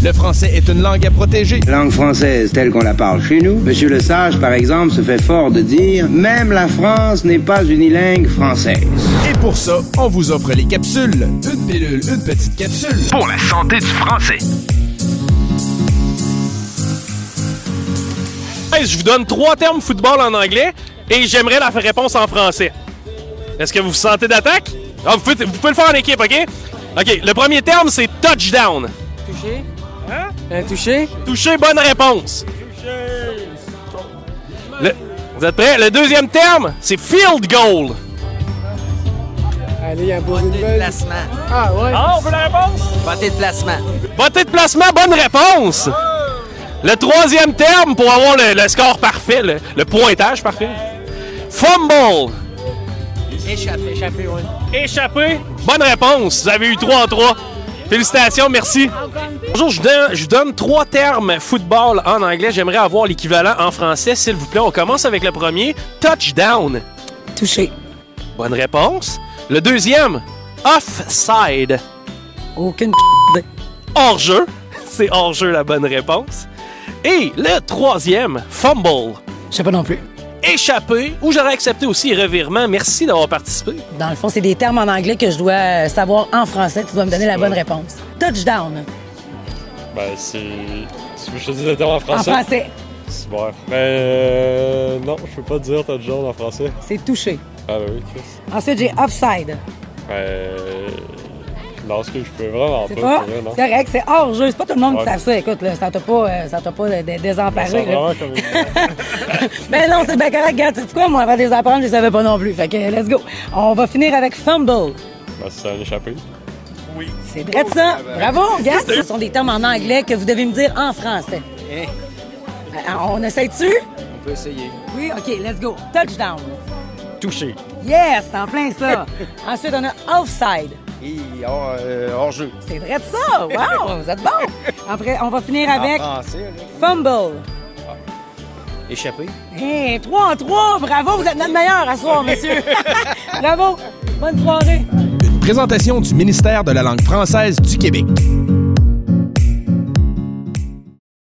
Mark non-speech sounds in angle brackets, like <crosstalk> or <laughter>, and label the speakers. Speaker 1: Le français est une langue à protéger.
Speaker 2: langue française telle qu'on la parle chez nous, Monsieur Le Sage, par exemple, se fait fort de dire Même la France n'est pas unilingue française.
Speaker 1: Et pour ça, on vous offre les capsules. Une pilule, une petite capsule.
Speaker 3: pour la santé du français.
Speaker 4: Hey, je vous donne trois termes football en anglais et j'aimerais la réponse en français. Est-ce que vous vous sentez d'attaque? Ah, vous, pouvez, vous pouvez le faire en équipe, OK? OK, le premier terme, c'est touchdown.
Speaker 5: Touché. Un touché.
Speaker 4: Toucher, bonne réponse. Le- vous êtes prêts? Le deuxième terme, c'est field goal.
Speaker 5: Allez, il y a un beau de placement. Ah ouais.
Speaker 4: Ah, on veut la réponse?
Speaker 5: Bonté de placement.
Speaker 4: Beauté de placement, bonne réponse. Le troisième terme, pour avoir le, le score parfait, le, le pointage parfait. Fumble.
Speaker 5: Échappé. Échappé, ouais.
Speaker 4: Échappé. Bonne réponse. Vous avez eu 3 en 3. Félicitations, merci. Bonjour, je donne, je donne trois termes football en anglais. J'aimerais avoir l'équivalent en français, s'il vous plaît. On commence avec le premier, touchdown.
Speaker 5: Touché.
Speaker 4: Bonne réponse. Le deuxième, offside.
Speaker 5: Aucune
Speaker 4: Hors-jeu. <laughs> C'est hors-jeu la bonne réponse. Et le troisième, fumble.
Speaker 5: Je sais pas non plus.
Speaker 4: Échappé, ou j'aurais accepté aussi revirement. Merci d'avoir participé.
Speaker 5: Dans le fond, c'est des termes en anglais que je dois euh, savoir en français. Tu dois me donner la bonne réponse. Touchdown.
Speaker 6: Ben, c'est. Tu veux que je te dise le terme en
Speaker 5: En
Speaker 6: français?
Speaker 5: français,
Speaker 6: C'est bon. Ben, euh, non, je peux pas dire t'as du genre en français.
Speaker 5: c'est touché.
Speaker 6: Ah, ben oui, Chris.
Speaker 5: Ensuite, j'ai offside.
Speaker 6: Ben. Non, ce que je peux vraiment
Speaker 5: C'est
Speaker 6: pas,
Speaker 5: pas
Speaker 6: pour vrai, non.
Speaker 5: c'est correct, c'est hors jeu. C'est pas tout le monde
Speaker 6: Ouais.
Speaker 5: qui savent ça. Écoute, là, ça t'a pas, euh, ça t'a pas euh,
Speaker 6: Je
Speaker 5: dé-
Speaker 6: me
Speaker 5: désemparé.
Speaker 6: sens
Speaker 5: là.
Speaker 6: vraiment comme une- <laughs>
Speaker 5: <laughs> Ben non, c'est bien correct. Regarde, tu sais quoi, moi, avant de les apprendre, je les savais pas non plus. Fait que, euh, let's go. On va finir avec fumble.
Speaker 6: Ben, c'est un échappé.
Speaker 5: C'est vrai de ça. Bravo, regarde. Ce sont des termes en anglais que vous devez me dire en français. Euh, On essaie-tu? On peut essayer. Oui, OK, let's go. Touchdown.
Speaker 7: touché.
Speaker 5: Yes, c'est en plein ça. Ensuite, on a offside.
Speaker 2: hors, jeu.
Speaker 5: C'est vrai de ça. Wow, vous êtes bon. Après, on va finir avec
Speaker 2: français,
Speaker 5: fumble.
Speaker 7: Échappé.
Speaker 5: Hey, 3 en 3, bravo, vous êtes notre meilleur à ce soir, monsieur. bravo, bonne soirée.
Speaker 1: Une présentation du ministère de la langue française du Québec.